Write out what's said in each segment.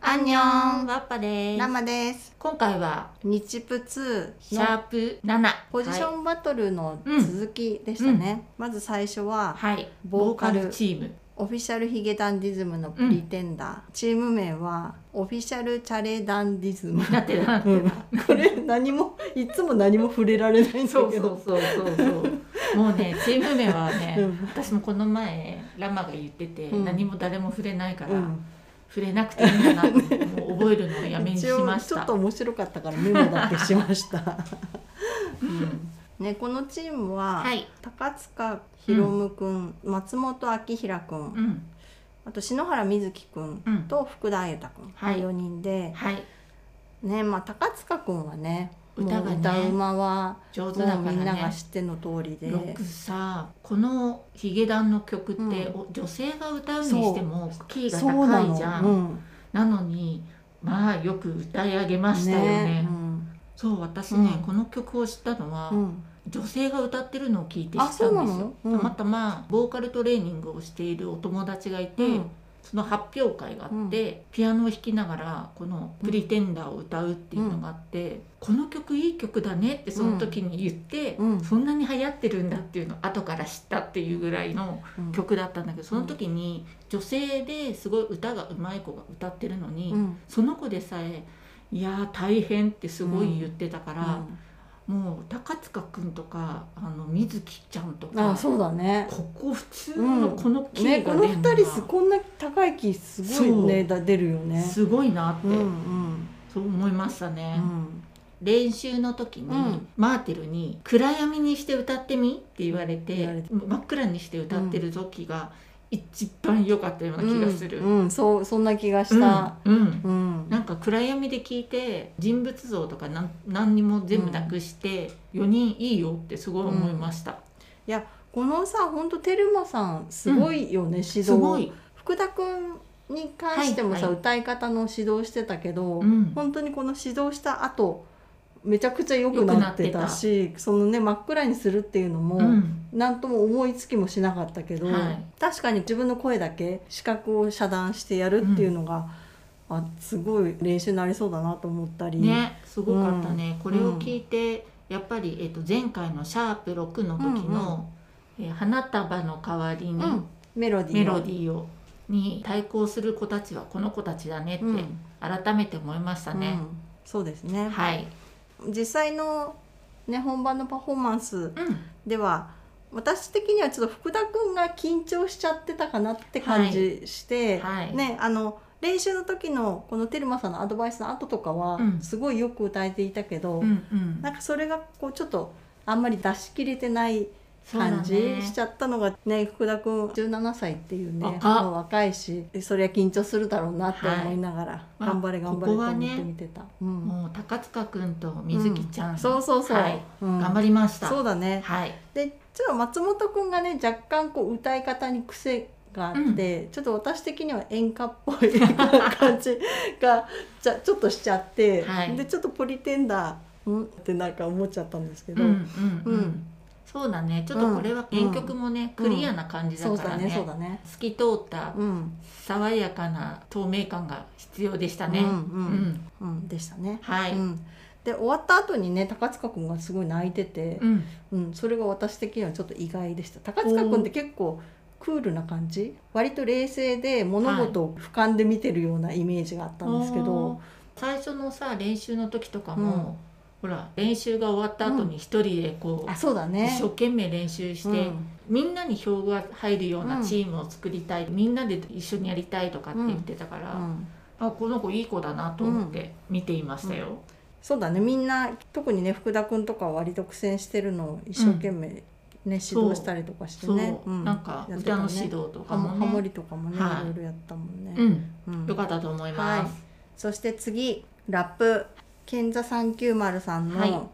アンニョンワッパですラマです今回は日プツシのャープ7ポジションバトルの続きでしたね、まず最初ははい、はいボボーーカカルルチームオフィシャルヒゲダンディズムのプリテンダー、チーム名はオフィシャルチャレダンディズム なってたうんこれ何もいつも何も触れられないんだけどそうそうそうそうそうもうねチーム名はね、うん私もこの前ラマが言ってて、うん何も誰も触れないから、うん触れなくていいんだなってもう覚えるのをやめにし一応ましちょったと面白かったからメモだけしま した、うんね、このチームは、はい高塚ひろむくん、松本明宏くん、うんあと篠原瑞希くんうんと福田裕太くん、はい4人で、はいねまあ、高塚くんはね歌がもうね歌うまは上手だからもうみんながね知っての通りで、よくさこのヒゲダンの曲って、うんお女性が歌うにしてもキーがそうな高いのじゃんな,、うんのにまあよく歌い上げましたよねねそう私ね、うんこの曲を知ったのは、うんうん女性が歌ってるのを聞いて知ったんあですそうなのよ、うんたまたまボーカルトレーニングをしているお友達がいて、うんその発表会があって、ピアノを弾きながらこの「プリテンダー」を歌うっていうのがあって、この曲いい曲だねってその時に言って、うんそんなに流行ってるんだっていうのを後から知ったっていうぐらいのうん曲だったんだけどその時に女性ですごい歌が上手い子が歌ってるのに、うんその子でさえ「いやー大変」ってすごい言ってたから、もう高塚くんとかあの水木ちゃんとあかそうだねここ普通のこのキねーこがの出二るのが人すこんな高い木すごいねだ出るよねすごいなって、うんうんそう思いましたねう、ん練習の時に、うんマーテルに「暗闇にして歌ってみ」って言われて言われて真っ暗にして歌ってる時が一番良かったような気がする。うん、うんそうそんな気がしたうんうんうん、なんか暗闇で聞いて人物像とかなん何にも全部なくして、4人いいよってすごい思いました、このさ本当テルマさんすごいよね、指すご導い、福田君に関してもさ、はいはい歌い方の指導してたけど、うん、本当にこの指導した後めちゃくちゃ良くなってたしそのね真っ暗にするっていうのも、うんなんとも思いつきもしなかったけど、はい確かに自分の声だけ視覚を遮断してやるっていうのが、あすごい練習になりそうだなと思ったり、ねすごかったね、これを聞いてやっぱり、えっと前回の「シャープ #6」の時の、えー花束の代わりにうんメロディーメロディィーを、に対抗する子たちはこの子たちだねってうん改めて思いましたね、うんそうですね、はい、実際の、ね、本番のパフォーマンスうん、では私的にはちょっと福田君が緊張しちゃってたかなって感じして、はいね、あの練習の時のこのテルマさんのアドバイスの後とかはうんすごいよく歌えていたけど、うんうんなんかそれがこうちょっとあんまり出し切れてないそうだね感じしちゃったのがね福田君17歳っていうね若っもう若いしそりゃ緊張するだろうなって思いながら、あ頑張れ頑張れとここは思ねって見てた。うんもう高塚くんと水木ちゃん、そうそうそう、はいうん頑張りました、そうだね、はい、でちょっと松本くんがね若干こう歌い方に癖があって、ちょっと私的には演歌っぽい感じが じゃちょっとしちゃって、はいでちょっとポリテンダーんってなんか思っちゃったんですけうど、んうんうん、うんそうだねちょっとこれは原曲もね、うんクリアな感じだそうかだらね,、ねそうだね。透き通ったうん、爽やかな透明感が必要でしたね、うんうんんうん、でしたね。はい、ううんん、で終わった後にね高塚くんがすごい泣いてて、うんそれが私的にはちょっと意外でした。高塚くんって結構クールな感じ割と冷静で物事を俯瞰で見てるようなイメージがあったんですけど、おー最初のさ練習の時とかも、ほら練習が終わった後に一人でこう、あそうだね一生懸命練習して、うんみんなに票が入るようなチームを作りたい、みんなで一緒にやりたいとかって言ってたから、うんあこの子いい子だなと思って見ていましたよ。そうだねみんな特にね福田君とかは割と苦戦してるのを一生懸命ね、指導したりとかしてそう、ね、うんなんかやって歌たねの指導とハかモもハモね。リとかもね、はいい、ろいろやったもんね。うん、うんよかったと思います。そして次ラップ賢者三九丸さんはいの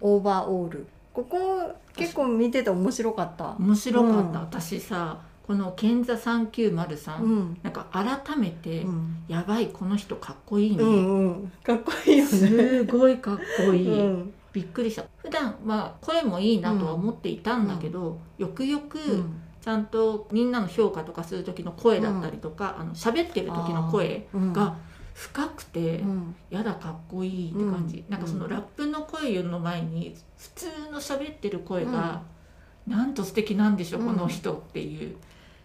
オーバーオール、ここ結構見てて面白かった。面白かった、うん私さ、この賢者三九丸さん、うんなんか改めて、うんやばいこの人かっこいいね。うんうんかっこいいよね。すごいかっこいい、うんびっくりした普段は声もいいなとは思っていたんだけど、よくよくうんちゃんとみんなの評価とかする時の声だったりとか、あの喋ってる時の声うんが深くて、うんやだかっこいいって感じ、うんなんかそのラップの声の前に普通の喋ってる声が、なんと素敵なんでしょう、うんこの人っていう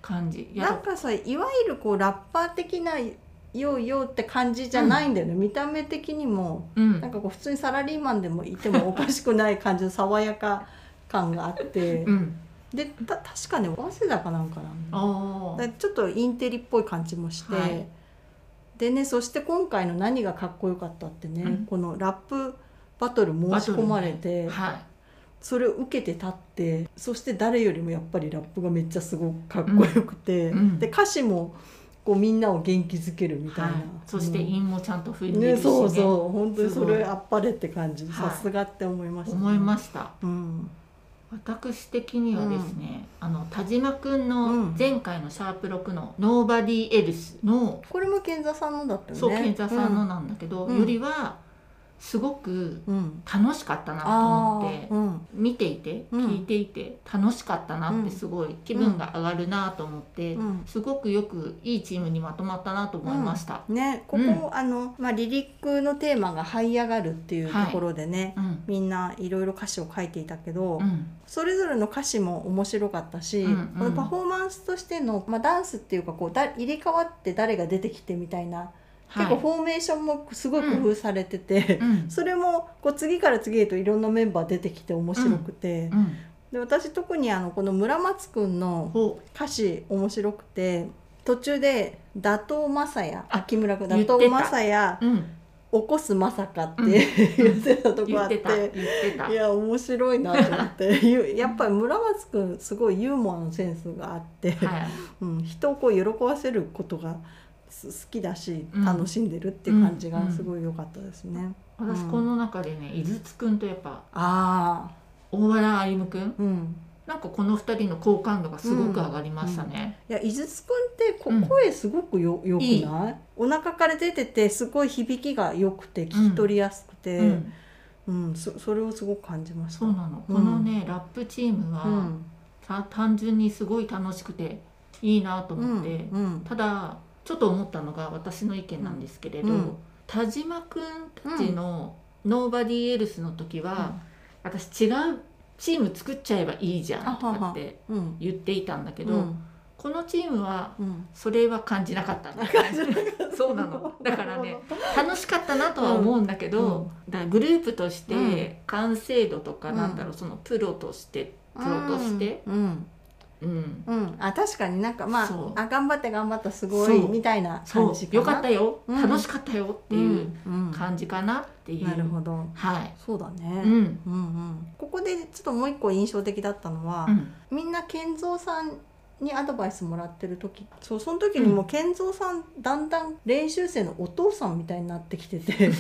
感じやなだんかさいわゆるこうラッパー的な「よいよ」って感じじゃないんだよね、見た目的にもうんなんかこう普通にサラリーマンでもいてもおかしくない感じの爽やか感があってうんでた確かね早稲田かなんかなんだあだからちょっとインテリっぽい感じもして、はいでねそして今回の何がかっこよかったってね、うんこのラップバトル申し込まれて、あはそれを受けて立ってそして誰よりもやっぱりラップがめっちゃすごくかっこよくて、うんうんで歌詞もこうみんなを元気づけるい、みたいはな、い、そしてうん韻もちゃんと踏んでねるしね,、そうそう本当にそすごいれあっぱれって感じはいさすがって思いました、、思いますしたうん、私的にはですね、あの田島くんのうん前回の「シャープ #6」の「ノーバディエルス」の「これも健座さんのだったよねそう健太さんのなんだけど、うんよりはすごくうん、うん、楽しかったなとあ思あって、ーうん見ていてうん聞いていて楽しかったなってすごい気分が上がるなと思って、うんすごくよくいいチームにまとまったなと思いました。ね、ここ、あの、まあ、リリックのテーマが「這い上がる」っていうところでね、うんみんないろいろ歌詞を書いていたけど、うんそれぞれの歌詞も面白かったし、うんうんこのパフォーマンスとしての、まあ、ダンスっていうかこうだ入れ替わって誰が出てきてみたいな、はい結構フォーメーションもすごい工夫されてて、うんそれもこう次から次へといろんなメンバー出てきて面白くて、うんで私特にあのこの村松くんのほう歌詞面白くて途中で「打倒正也」あ秋村君「打言ってた倒正也うん、起こすまさか」って、うん言ってたとこ言あっって。た言ってていや面白いなと思って ゆやっぱり村松くんすごいユーモアのセンスがあって、た、はい、うん、人をこう喜ばせることがす好きだしうん楽しんでるっていう感じうんうがんすごい良かったですね。私この中でね井筒くんとやっぱあ大原歩夢くんーうん、なんかこの二人の好感度がすごく上がりましたね、いや井筒くんってこうん声すごくよ,、よくないいお腹から出ててすごい響きが良くて聞き取りやすくて、ううんんそそれをすごく感じました。そうなのこのね、ラップチームは、うんた単純にすごい楽しくていいなとうん思って、うんただちょっと思ったのが私の意見なんですけれど、うん田島くんたちの「ノーバディエルス」の時は、私違うチーム作っちゃえばいいじゃんとかってうん言っていたんだけど、うんこのチームはうんそれは 感じなかったんだ そうなのだからね楽しかったなとは思うんだけど、だからグループとしうんて完成度とかなんだろう、そのプロとしてプロとして、うんうん、うん、あ確かになんかまそうああ頑張って頑張ったすごそいうみたいなそ感うじかなよかったよ、うん楽しかったよっていう感じかなってじいう、なるほどはい、そうだね、うんううんんうんここでちょっともう一個印象的だったのは、みんな健三さんにアドバイスもらってる時そうその時にもう健三さんだんだん練習生のお父さんみたいになってきて て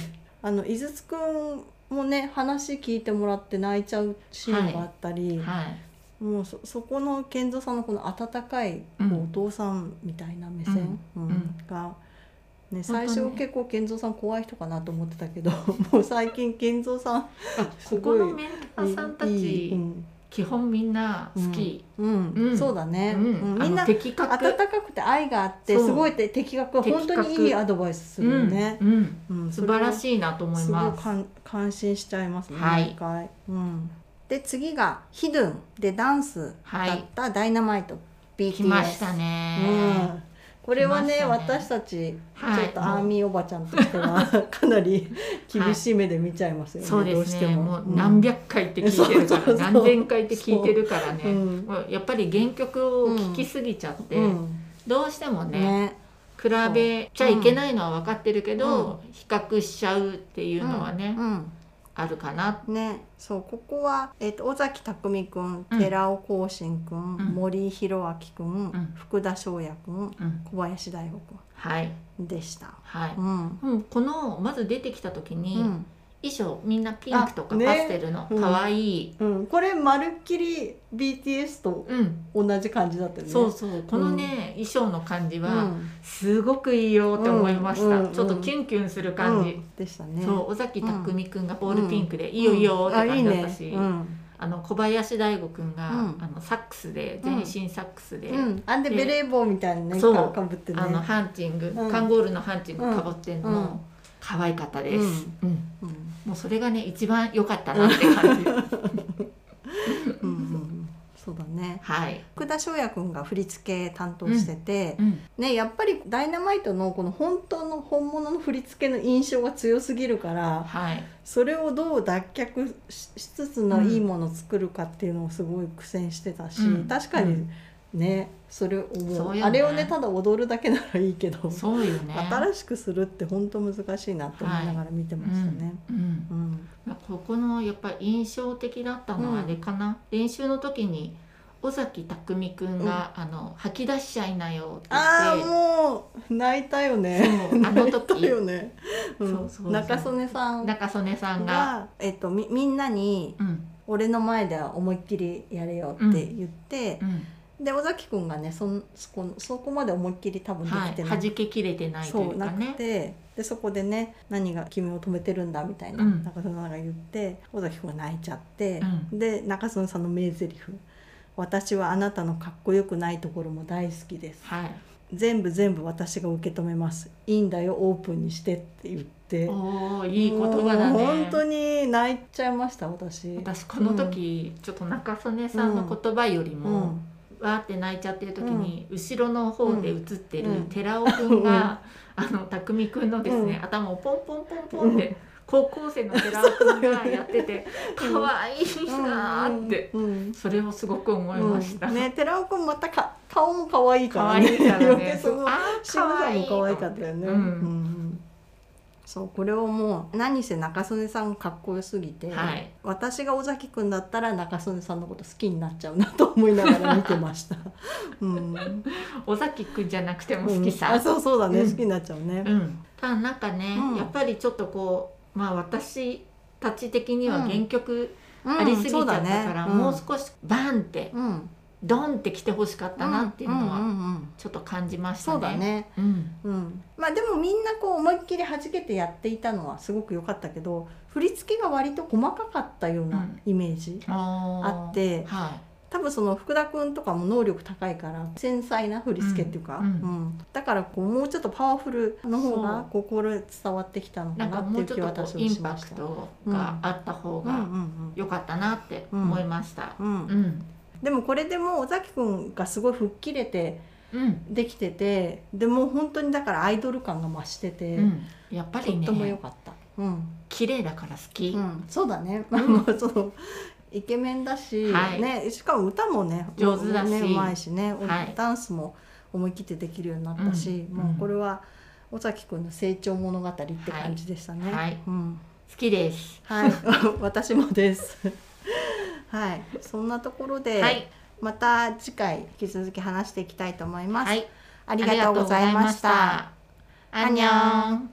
あの井筒くんもね話聞いてもらって泣いちゃうシーンがあったり、はいもうそそこの健三さんのこの温かいうんこうお父さんみたいな目線、うんうんが、ね、当ね最初結構健三さん怖い人かなと思ってたけ どもう最近健三さんあここのメンターさんたちいいうん基本みんな好き、うんうんそうだね、うんうんみんあのな的確温かくて愛があってそうすごいて的確的確本当にいいアドバイスするよね。うんうん、うん素晴らいしいなと思いすごいます感感心しちゃいますね、はい毎回。うん、で次が「ヒドゥン」でダンスはだっいた「ダイナマイト」BTS。来ましたうね、んこれはね来ましたね私たちはいちょっとアーミーおばちゃんとしてはかなり厳しい目で見ちゃいますよね、そうでどうすしねてももうん何百回って聞いてるから、そうそうそう何千回って聞いてるからね、うんもうやっぱり原曲を聴きすぎちゃって、うんどうしてもねね比べちゃいけないのは分かってるけど、比較しちゃうっていうのはね、うんあるかなねそうここは、えっと尾崎匠くんうん寺尾光信くん、うん森弘明くん、ん福田翔也くんうん小林大吾くはいんでした。はい、うんうんこのまず出てきた時に、うん衣装みんなピンクとかあねパステルのうん可愛い、うん、これまるっきり BTS とうん同じ感じだったよね。そうそうこのね、衣装の感じうはんすごくいいよって思いました、うんうんちょっとキュンキュンする感じ、うんでしたね。そう尾崎匠海くんがボールピンクで、いいようんいいよって感じだったし、あいいねうんあの小林大吾くんが、うんあのサックスで全身サックスで、うん、あんででベレー帽みたいなねそうかかぶってねあのハンチング、うんカンゴールのハンチングうんかぶってんの、うん可愛かったです、うんうんもうそれがね一番良かったなって感じうんうん、そうだね はい、福田翔也くんが振り付け担当しててう、ん、ねやっぱり「ダイナマイト」のこの本当の本物の振り付けの印象が強すぎるからはいそれをどう脱却ししつつのうんいいものを作るかっていうのをすごい苦戦してたし、うん確かにねそれ思うそうよねあれをねただ踊るだけならいいけど、そうよね新しくするって本当難しいなと思いながら見てましたね。うんうんうんまあここのやっぱり印象的だったのはあれかな、練習の時に尾崎匠くんが、あの吐き出しちゃいなよってあ言ってあもう泣いたよね。そうあの 泣い時たよね。うんそうそうそう中曽根さんが中曽根さんが、えっとみみんなにうん俺の前では思いっきりやれよって言ってう、んで尾崎くんがねそんそこそこまで思いっきり多分ではきい、てな弾くけきれてないといそううかなくね。てでそこでね何が君を止めてるんだみたいな、うん中曽根さんが言って尾崎くんが泣いちゃって、うで中曽根さんの名台詞私はあなたのかっこよくないところも大好きです。はい。全部全部私が受け止めます。いいんだよオープンにしてって言って。おおいい言葉だもね。う本当に泣いちゃいました私。私この時、ちょっと中曽根さんの言葉よりうも、ん。わーって泣いちゃってる時に、後ろの方で映ってるうん寺尾くんが、あの匠くんのですね、う頭をポンポンポンポンって、高校生の寺尾くんがやってて、 そうだよね可愛いなーって、うん。うんそれをすごく思いました。うんね寺尾くんまたか顔も可愛いか可ら愛ね。いから余計 ね。そのあー仕草も可愛かったよね。うんんそうこれをもう何せ中曽根さんかっこよすぎて、はい私が尾崎くんだったら中曽根さんのこと好きになっちゃうなと思いながら見てました。うん。尾崎くんじゃなくても好きさ。うんあそうそうだね、うん好きになっちゃうね。うん、ただなんかね、うんやっぱりちょっとこうまあ私たち的には原曲うんありすぎちゃったから、もう少少しバンってうんうんドンって来てほしかったなっていうのんはんうんうんちょっと感じましたね。そうだね。うんうん、まあでもみんなこう思いっきり弾けてやっていたのはすごく良かったけど振り付けが割と細かかったよううなんイメージ、あーあっては多分その福田君とかも能力高いから繊細な振り付けっていうか、うんうんだからこうもうちょっとパワフルの方がこうこれ伝わってきたのい、なかんかなっていうもうち気ょはっとこ私うはインしパましクた。トがあった方うんが良かったなって思いました。うんうんううんん、でもこれでもう尾崎君がすごい吹っ切れてうん、できててでもう本当にだからアイドル感が増してて、うん、やっぱりとっても良ね、かった。うん綺麗だから好き。うん、そうだね、まあまあそのイケメンだし、はいね、しかも歌もね上手だしねうまいしね、はいダンスも思い切ってできるようになったし、うんもうこれは尾崎くんの成長物語って感じでしたね。はいうん好きです。はい、 私もです。 はい、そんなところで、はい、また次回引き続き話していきたいと思います。はい。あありりががととううごござざいいまましした。た。アンニョン。